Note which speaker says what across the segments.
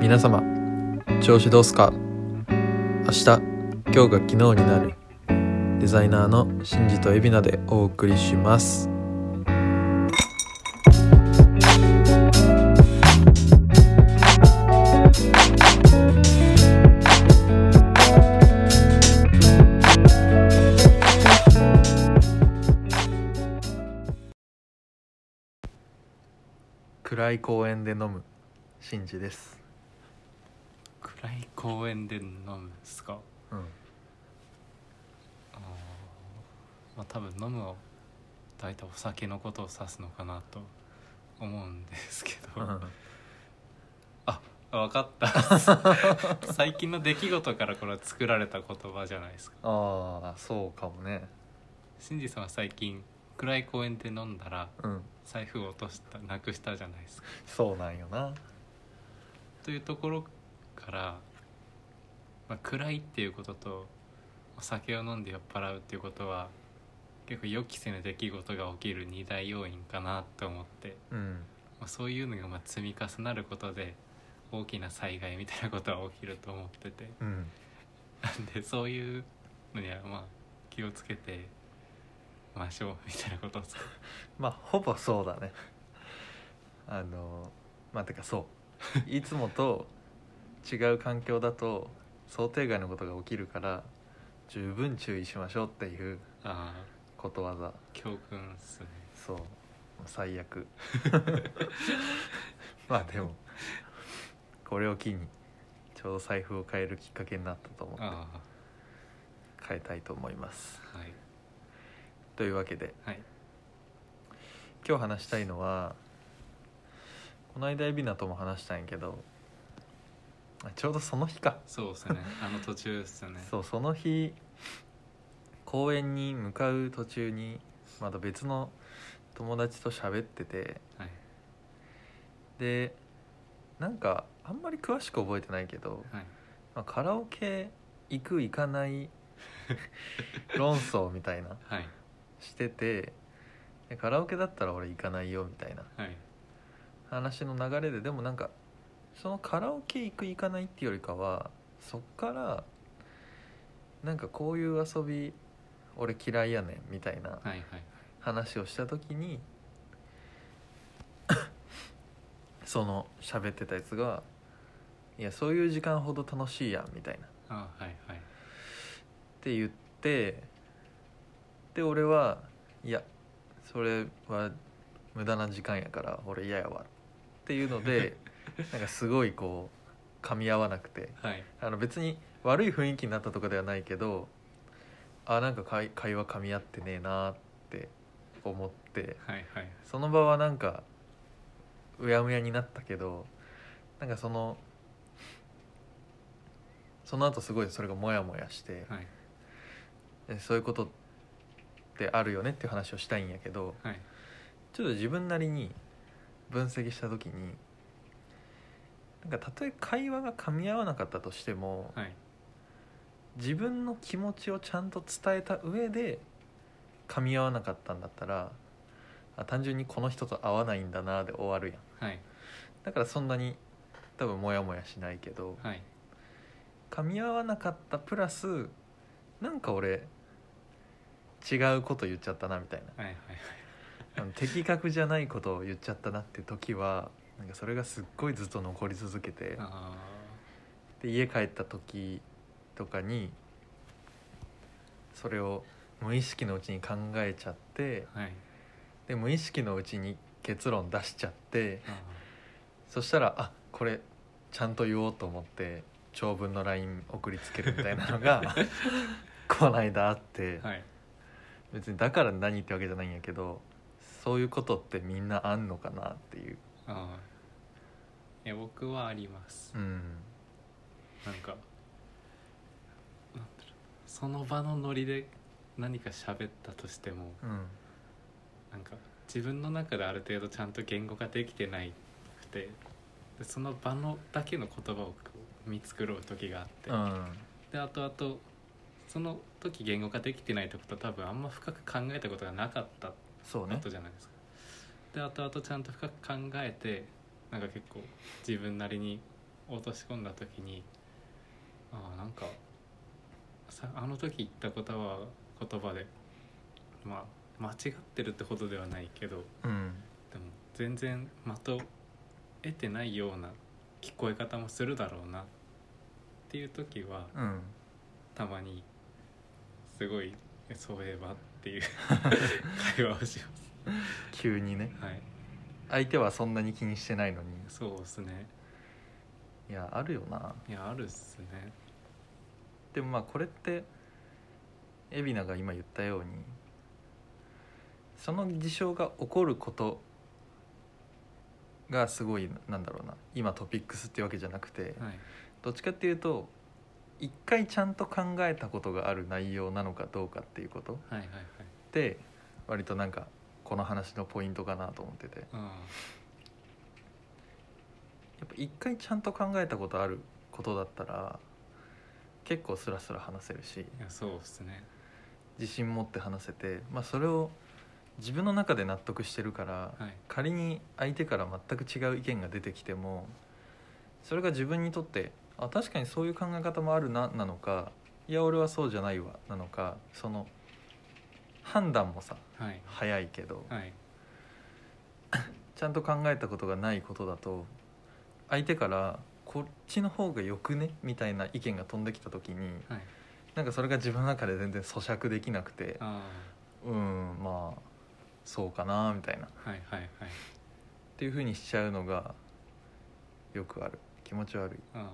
Speaker 1: 皆様調子どうすか明日今日が昨日になるデザイナーのシンジとエビナでお送りします暗い公園で飲むシンジです、
Speaker 2: 暗い公園で飲むんですか
Speaker 1: うん、
Speaker 2: あーまあ多分飲むは大体お酒のことを指すのかなと思うんですけど、あ分かった 最近の出来事からこれは作られた言葉じゃないですか
Speaker 1: ああそうかもね
Speaker 2: シンジさんは最近暗い公園で飲んだら
Speaker 1: うん
Speaker 2: 財布を落としたなくしたじゃないですか
Speaker 1: そうなんよな
Speaker 2: というところから、まあ、暗いっていうこととお酒を飲んで酔っ払うっていうことは結構予期せぬ出来事が起きる二大要因かなと思って、
Speaker 1: うん
Speaker 2: まあ、そういうのがまあ積み重なることで大きな災害みたいなことは起きると思ってて
Speaker 1: うん
Speaker 2: なんでそういうのにはまあ気をつけてましょうみたいなことをさ
Speaker 1: まあほぼそうだねあのまあてかそう いつもと違う環境だと想定外のことが起きるから十分注意しましょうっていう
Speaker 2: ああ
Speaker 1: ことわざ
Speaker 2: 教訓っすね
Speaker 1: そう最 悪まあでもこれを機にちょうど財布を変えるきっかけになったと思って
Speaker 2: あ
Speaker 1: 変えたいと思います
Speaker 2: あはい
Speaker 1: というわけで
Speaker 2: はい
Speaker 1: 今日話したいのはこの間海老名とも話したんやけどあちょうどその日か、
Speaker 2: そうですねあの途中っすね
Speaker 1: そうその日公園に向かう途中にまた別の友達と喋ってて
Speaker 2: はい
Speaker 1: でなんかあんまり詳しく覚えてないけど、
Speaker 2: はい
Speaker 1: まあ、カラオケ行く行かない論争みたいな
Speaker 2: はい
Speaker 1: しててでカラオケだったら俺行かないよみたいな
Speaker 2: はい
Speaker 1: 話の流れででもなんかそのカラオケ行く行かないっていうよりかはそっからなんかこういう遊び俺嫌いやねんみたいな
Speaker 2: はいはい
Speaker 1: 話をした時に その喋ってたやつが「いやそういう時間ほど楽しいやん」みたいなっ
Speaker 2: あはいはい
Speaker 1: て言ってで俺は「いやそれは無駄な時間やから俺嫌やわ」っていうのでなんかすごいこう噛み合わなくて
Speaker 2: はい
Speaker 1: あの別に悪い雰囲気になったとかではないけどあなんか会会話噛み合ってねえなって思って。
Speaker 2: はいはい
Speaker 1: その場はなんかうやむやになったけどなんかそのその後すごいそれがモヤモヤして、
Speaker 2: はい
Speaker 1: でそういうことってあるよねっていう話をしたいんやけど
Speaker 2: はい
Speaker 1: ちょっと自分なりに分析した時になんかたとえ会話が噛み合わなかったとしても、
Speaker 2: はい
Speaker 1: 自分の気持ちをちゃんと伝えた上で噛み合わなかったんだったらあ単純にこの人と合わないんだなで終わるやん。
Speaker 2: はい
Speaker 1: だからそんなに多分モヤモヤしないけど
Speaker 2: はい
Speaker 1: 噛み合わなかったプラスなんか俺違うこと言っちゃったなみたい
Speaker 2: はいはい
Speaker 1: なあの的確じゃないことを言っちゃったなって時はなんかそれがすっごいずっと残り続けて
Speaker 2: あ
Speaker 1: で家帰った時とかにそれを無意識のうちに考えちゃって
Speaker 2: あはい
Speaker 1: で無意識のうちに結論出しちゃって
Speaker 2: あ
Speaker 1: そしたらあこれちゃんと言おうと思って長文の LINE 送りつけるみたいなの がこないだあって、
Speaker 2: あはい
Speaker 1: 別にだから何ってわけじゃないんやけどそういうことってみんなあんのかなっていう、
Speaker 2: ああいや僕はあります
Speaker 1: うん、
Speaker 2: なんかなんだろうその場のノリで何か喋ったとしても
Speaker 1: うん
Speaker 2: なんか自分の中である程度ちゃんと言語ができてないくてでその場のだけの言葉をこう見繕う時があって、
Speaker 1: うん
Speaker 2: であとあとその時言語化できてないってことは多分あんま深く考えたことがなかった
Speaker 1: そうね
Speaker 2: ことじゃないですか、であとあとちゃんと深く考えてなんか結構自分なりに落とし込んだ時にああなんかさあの時言った言葉は言葉でまあ間違ってるってほどではないけど
Speaker 1: うん
Speaker 2: でも全然的得てないような聞こえ方もするだろうなっていう時は
Speaker 1: うん
Speaker 2: たまにすごいそういえばっ ていう会話をし
Speaker 1: 急にね
Speaker 2: ますはい
Speaker 1: 相手はそんなに気にしてないのに
Speaker 2: そうですね
Speaker 1: いやあるよない
Speaker 2: やあるっすね
Speaker 1: でもまあこれって海老名が今言ったようにその事象が起こることがすごいなんだろうな今トピックスってわけじゃなくて、
Speaker 2: はい
Speaker 1: どっちかっていうと一回ちゃんと考えたことがある内容なのかどうかっていうことっ
Speaker 2: はいはいはい
Speaker 1: て割となんかこの話のポイントかなと思っててや
Speaker 2: あ
Speaker 1: っぱ一回ちゃんと考えたことあることだったら結構スラスラ話せるし
Speaker 2: あいやそうっすね
Speaker 1: 自信持って話せて、まあ、それを自分の中で納得してるから
Speaker 2: はい
Speaker 1: 仮に相手から全く違う意見が出てきてもそれが自分にとってあ確かにそういう考え方もあるななのかいや俺はそうじゃないわなのかその判断もさ
Speaker 2: はい
Speaker 1: 早いけど
Speaker 2: はい
Speaker 1: ちゃんと考えたことがないことだと相手からこっちの方がよくねみたいな意見が飛んできた時に
Speaker 2: はい
Speaker 1: なんかそれが自分の中で全然咀嚼できなくて
Speaker 2: あ
Speaker 1: うんまあそうかなみたいなっ
Speaker 2: あはいはいはい
Speaker 1: ていうふうにしちゃうのがよくある気持ち悪い。
Speaker 2: ああ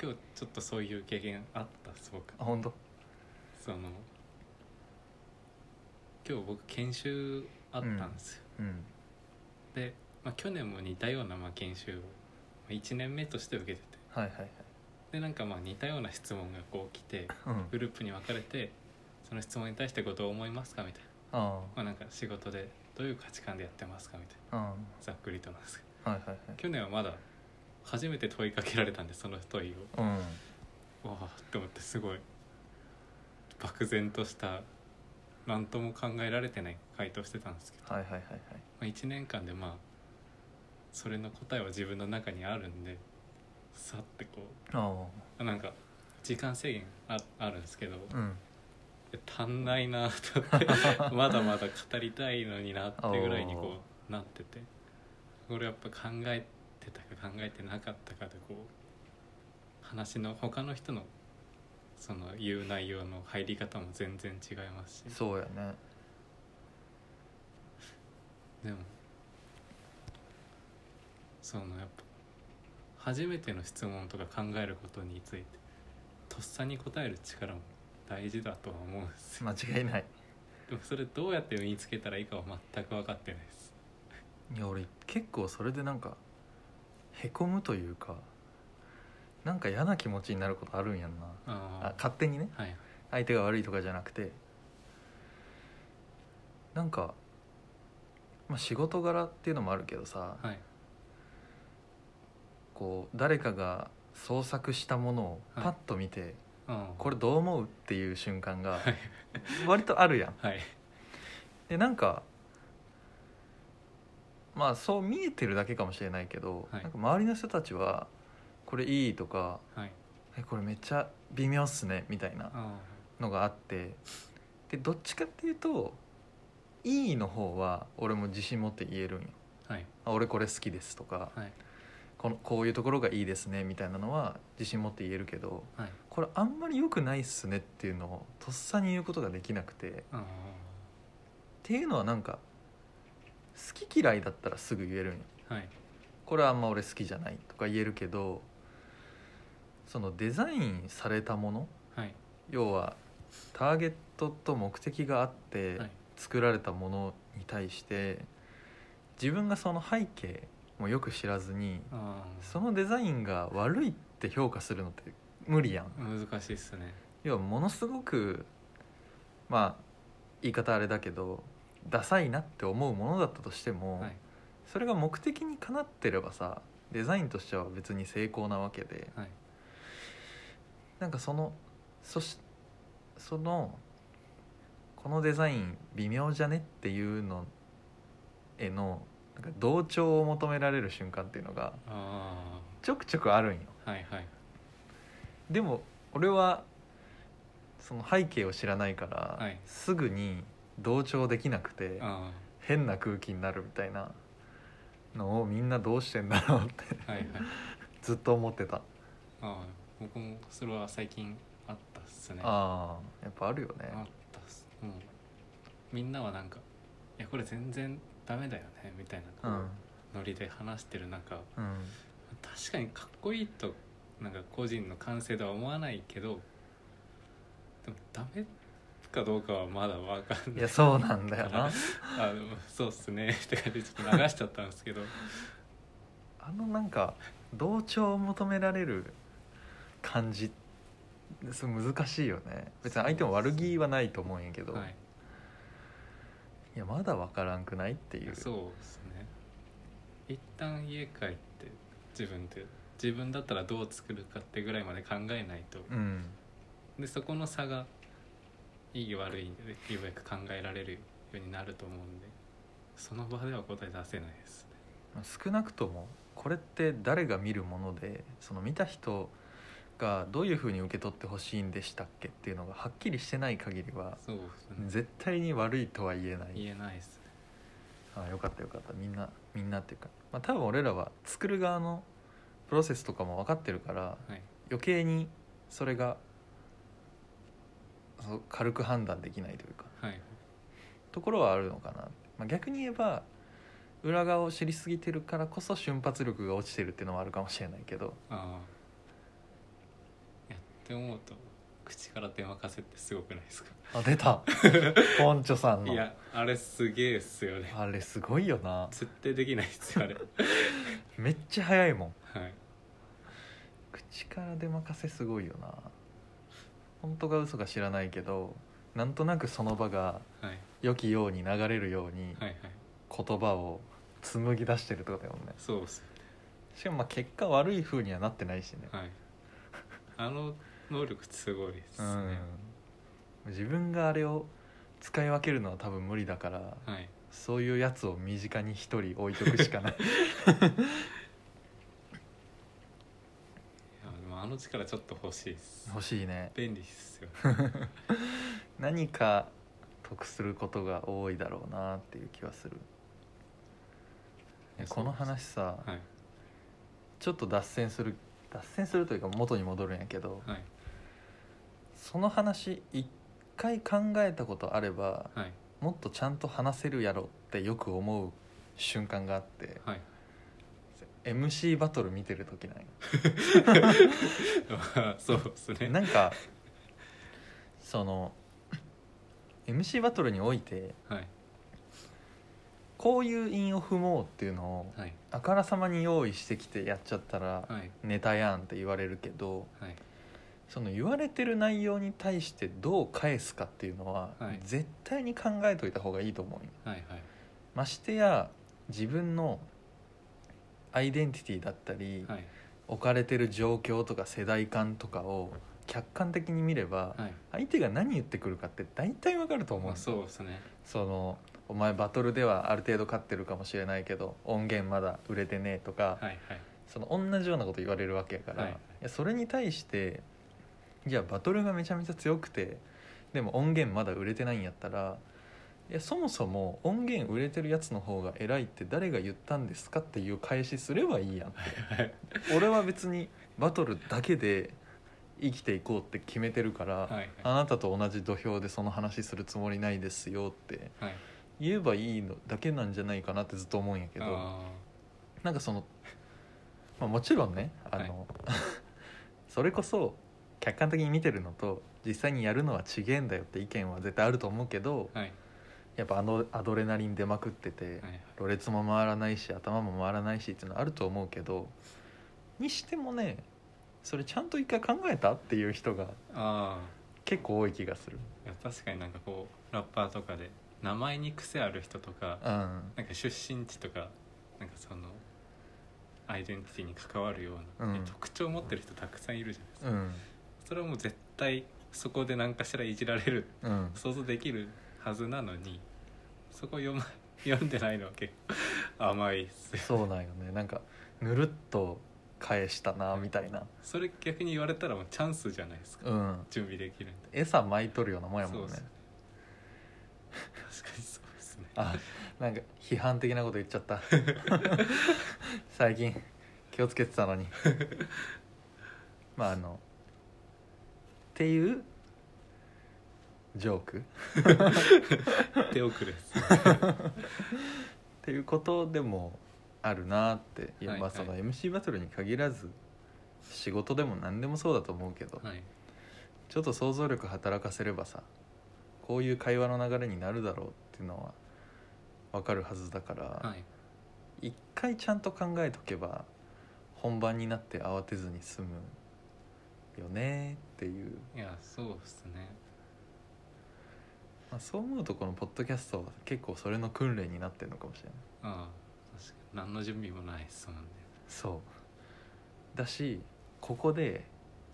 Speaker 2: 今日ちょっとそういう経験あったそうか
Speaker 1: あ本当
Speaker 2: その今日僕研修あったんですよ、
Speaker 1: うん
Speaker 2: で、まあ、去年も似たようなまあ研修をまあ1年目として受けてて
Speaker 1: はいはいはい
Speaker 2: でなんかまあ似たような質問がこう来て
Speaker 1: うん
Speaker 2: グループに分かれてその質問に対してこうどう思いますかみたいな,、
Speaker 1: あ
Speaker 2: まあ、なんか仕事でどういう価値観でやってますかみたいな
Speaker 1: あうん
Speaker 2: ざっくりとなんですけど
Speaker 1: はいはいはい
Speaker 2: 去年はまだ初めて問いかけられたんでその問いを
Speaker 1: うん
Speaker 2: わあって思ってすごい漠然とした何とも考えられてない回答してたんですけど、
Speaker 1: はいはいはいはい
Speaker 2: まあ、1年間でまあそれの答えは自分の中にあるんでさってこ
Speaker 1: あ
Speaker 2: うなんか時間制限ああるんですけど
Speaker 1: あうん
Speaker 2: 足んないなと思ってまだまだ語りたいのになってぐらいにこうなっててこれやっぱ考えてたか考えてなかったかでこう話の他の人のその言う内容の入り方も全然違いますし
Speaker 1: そうやね
Speaker 2: でもそのやっぱ初めての質問とか考えることについてとっさに答える力も大事だとは思うんですよ
Speaker 1: 間違いない
Speaker 2: でもそれどうやって身につけたらいいかは全く分かってないです
Speaker 1: いや俺結構それでなんかへこむというかなんか嫌な気持ちになることあるんやんなあ
Speaker 2: あ
Speaker 1: 勝手にね
Speaker 2: あはい
Speaker 1: 相手が悪いとかじゃなくてなんかまあ仕事柄っていうのもあるけどさ、
Speaker 2: はい
Speaker 1: こう誰かが創作したものをパッと見て、
Speaker 2: ああ
Speaker 1: これどう思うっていう瞬間が
Speaker 2: はい
Speaker 1: 割とあるやん
Speaker 2: はい
Speaker 1: でなんかまあそう見えてるだけかもしれないけど、
Speaker 2: はい
Speaker 1: なんか周りの人たちはこれいいとか
Speaker 2: はい
Speaker 1: えこれめっちゃ微妙っすねみたいな
Speaker 2: あ
Speaker 1: のがあってでどっちかっていうといいの方は俺も自信持って言えるんよ
Speaker 2: あはい
Speaker 1: あ俺これ好きですとか
Speaker 2: はい
Speaker 1: このこういうところがいいですねみたいなのは自信持って言えるけど
Speaker 2: はい
Speaker 1: これあんまり良くないっすねっていうのをとっさに言うことができなくて
Speaker 2: ああ
Speaker 1: っていうのはなんか好き嫌いだったらすぐ言えるんよ
Speaker 2: はい
Speaker 1: これはあんま俺好きじゃないとか言えるけどそのデザインされたもの
Speaker 2: はい
Speaker 1: 要はターゲットと目的があって
Speaker 2: はい
Speaker 1: 作られたものに対して自分がその背景もよく知らずに
Speaker 2: あ
Speaker 1: そのデザインが悪いって評価するのって無理やん
Speaker 2: あ難しいっすね
Speaker 1: 要はものすごくまあ言い方あれだけどダサいなって思うものだったとしても、
Speaker 2: はい
Speaker 1: それが目的にかなってればさデザインとしては別に成功なわけで
Speaker 2: はい
Speaker 1: なんかそのそしそのこのデザイン微妙じゃねっていうのへのなんか同調を求められる瞬間っていうのが
Speaker 2: あ
Speaker 1: ちょくちょくあるんよ
Speaker 2: あはいはい
Speaker 1: でも俺はその背景を知らないから、
Speaker 2: はい
Speaker 1: すぐに同調できなくて
Speaker 2: あ
Speaker 1: 変な空気になるみたいなのをみんなどうしてんだろうって
Speaker 2: あはいはい
Speaker 1: ずっと思ってた
Speaker 2: ああ僕もそれは最近あったっすね
Speaker 1: ああやっぱあるよね
Speaker 2: あったっすうんみんなはなんか「いやこれ全然ダメだよね」みたいなこ
Speaker 1: う
Speaker 2: うんノリで話してる中
Speaker 1: うん
Speaker 2: 確かにかっこいいとなんか個人の感性とは思わないけどでもダメかどうかはまだわかん
Speaker 1: い
Speaker 2: ない
Speaker 1: やそうなんだよ
Speaker 2: あ
Speaker 1: な
Speaker 2: あのそうっすね って感じでちょっと流しちゃったんですけど
Speaker 1: あのなんか同調を求められる感じそう難しいよね別に相手も悪気はないと思うんやけど、、
Speaker 2: はいい
Speaker 1: やまだ分からんくないっていう
Speaker 2: そうですね一旦家帰って自分で自分だったらどう作るかってぐらいまで考えないと
Speaker 1: うん
Speaker 2: でそこの差がいい悪いでようやく考えられるようになると思うんでその場では答え出せないですね
Speaker 1: 少なくともこれって誰が見るものでその見た人がどういうふうに受け取ってほしいんでしたっけっていうのがはっきりしてない限りは
Speaker 2: そうですね
Speaker 1: 絶対に悪いとは言えない
Speaker 2: 言えないですね
Speaker 1: ああよかったよかったみんなみんなっていうか、まあ、多分俺らは作る側のプロセスとかも分かってるから
Speaker 2: はい
Speaker 1: 余計にそれがそう軽く判断できないというか
Speaker 2: はい
Speaker 1: ところはあるのかなって、まあ、逆に言えば裏側を知りすぎてるからこそ瞬発力が落ちてるっていうのもあるかもしれないけど
Speaker 2: ああいやって思うと口から出任せってすごくないですか
Speaker 1: あ出 たポンチョさんの
Speaker 2: いやあれすげえっすよね
Speaker 1: あれすごいよな
Speaker 2: 絶対できないっすよあれ
Speaker 1: めっちゃ早いもん
Speaker 2: はい
Speaker 1: 口から出まかせすごいよな本当か嘘か知らないけどなんとなくその場が
Speaker 2: はい
Speaker 1: 良きように流れるように
Speaker 2: はいはい
Speaker 1: 言葉を紡ぎ出してるってことだもんね
Speaker 2: そうっす
Speaker 1: しかもまあ結果悪い風にはなってないしね
Speaker 2: はいあの能力すごいです
Speaker 1: う
Speaker 2: ね、
Speaker 1: ん自分があれを使い分けるのは多分無理だから
Speaker 2: はい
Speaker 1: そういうやつを身近に一人置いとくしかない
Speaker 2: いやでもあの力ちょっと欲しいっす
Speaker 1: 欲しいね
Speaker 2: 便利っすよ
Speaker 1: 何か得することが多いだろうなっていう気はする
Speaker 2: いや
Speaker 1: この話さ、
Speaker 2: はい
Speaker 1: ちょっと脱線する脱線するというか元に戻るんやけど
Speaker 2: はい
Speaker 1: その話一回考えたことあれば
Speaker 2: はい
Speaker 1: もっとちゃんと話せるやろってよく思う瞬間があって
Speaker 2: はい
Speaker 1: MC バトル見てる時なんよ
Speaker 2: まあそうですね
Speaker 1: なんか その MC バトルにおいて
Speaker 2: はい
Speaker 1: こういう韻を踏もうっていうのを
Speaker 2: はい
Speaker 1: あからさまに用意してきてやっちゃったら
Speaker 2: はい
Speaker 1: ネタやんって言われるけど
Speaker 2: はい
Speaker 1: その言われてる内容に対してどう返すかっていうのは、
Speaker 2: はい
Speaker 1: 絶対に考えといた方がいいと思うよ
Speaker 2: はいはい
Speaker 1: ましてや自分のアイデンティティだったり、
Speaker 2: はい
Speaker 1: 置かれてる状況とか世代間とかを客観的に見れば、
Speaker 2: はい
Speaker 1: 相手が何言ってくるかって大体わかると思う
Speaker 2: ま
Speaker 1: よ、
Speaker 2: あそうですね
Speaker 1: そのお前バトルではある程度勝ってるかもしれないけど音源まだ売れてねえとか、
Speaker 2: はいはい
Speaker 1: その同じようなこと言われるわけやから、
Speaker 2: はい
Speaker 1: いやそれに対してじゃあバトルがめちゃめちゃ強くてでも音源まだ売れてないんやったらいやそもそも音源売れてるやつの方が偉いって誰が言ったんですかっていう返しすればいいやん
Speaker 2: はいはい
Speaker 1: 俺は別にバトルだけで生きていこうって決めてるから、
Speaker 2: はい
Speaker 1: あなたと同じ土俵でその話するつもりないですよって
Speaker 2: はい
Speaker 1: 言えばいいのだけなんじゃないかなってずっと思うんやけど。
Speaker 2: あ
Speaker 1: なんかその、まあ、もちろんねあの、 それこそ客観的に見てるのと実際にやるのは違えんだよって意見は絶対あると思うけど
Speaker 2: ーはい
Speaker 1: やっぱあのアドレナリン出まくってて
Speaker 2: はいはい
Speaker 1: ろれつも回らないし頭も回らないしっていうのはあると思うけどにしてもねそれちゃんと一回考えたっていう人が
Speaker 2: あ
Speaker 1: 結構多い気がする。
Speaker 2: ーいや確かになんかこうラッパーとかで名前に癖ある人とか
Speaker 1: うん
Speaker 2: なんか出身地とかなんかそのアイデンティティに関わるような、
Speaker 1: うん
Speaker 2: 特徴を持ってる人たくさんいるじゃないですか、
Speaker 1: うん
Speaker 2: それはもう絶対そこで何かしらいじられる
Speaker 1: うん、
Speaker 2: 想像できるはずなのにそこ読,、ま、 読んでないのは結構甘いっすよ
Speaker 1: そうなんよねなんかぬるっと返したなみたいな
Speaker 2: それ逆に言われたらもうチャンスじゃないですか、
Speaker 1: うん
Speaker 2: 準備できるんで
Speaker 1: 餌巻いとるようなもんや
Speaker 2: そ
Speaker 1: も
Speaker 2: うんっ
Speaker 1: ね
Speaker 2: すね確かにそうですね
Speaker 1: あなんか批判的なこと言っちゃった 最近気をつけてたのにまああのっていうジョークっ
Speaker 2: 手遅れ です
Speaker 1: ていうことでもあるなって、いや
Speaker 2: はい
Speaker 1: まあ
Speaker 2: はい
Speaker 1: その MC バトルに限らず仕事でも何でもそうだと思うけど、
Speaker 2: はい
Speaker 1: ちょっと想像力働かせればさこういう会話の流れになるだろうっていうのは分かるはずだから、
Speaker 2: はい
Speaker 1: 一回ちゃんと考えとけば本番になって慌てずに済むよねっていう、
Speaker 2: いやそうですね
Speaker 1: まあ、そう思うとこのポッドキャストは結構それの訓練になってるのかもしれない
Speaker 2: ああ確かに何の準備もないそうなんで
Speaker 1: そうだしここで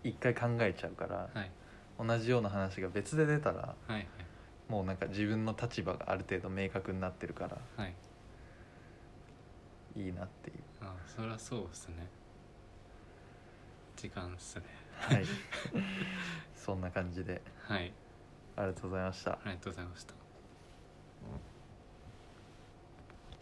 Speaker 1: 一回考えちゃうから、
Speaker 2: はい
Speaker 1: 同じような話が別で出たら
Speaker 2: はい
Speaker 1: もうなんか自分の立場がある程度明確になってるから
Speaker 2: はいはい
Speaker 1: いいなっていう
Speaker 2: ああそりゃそうですね時間ですね
Speaker 1: はい そんな感じで
Speaker 2: はい
Speaker 1: ありがとうございました
Speaker 2: ありがとうございました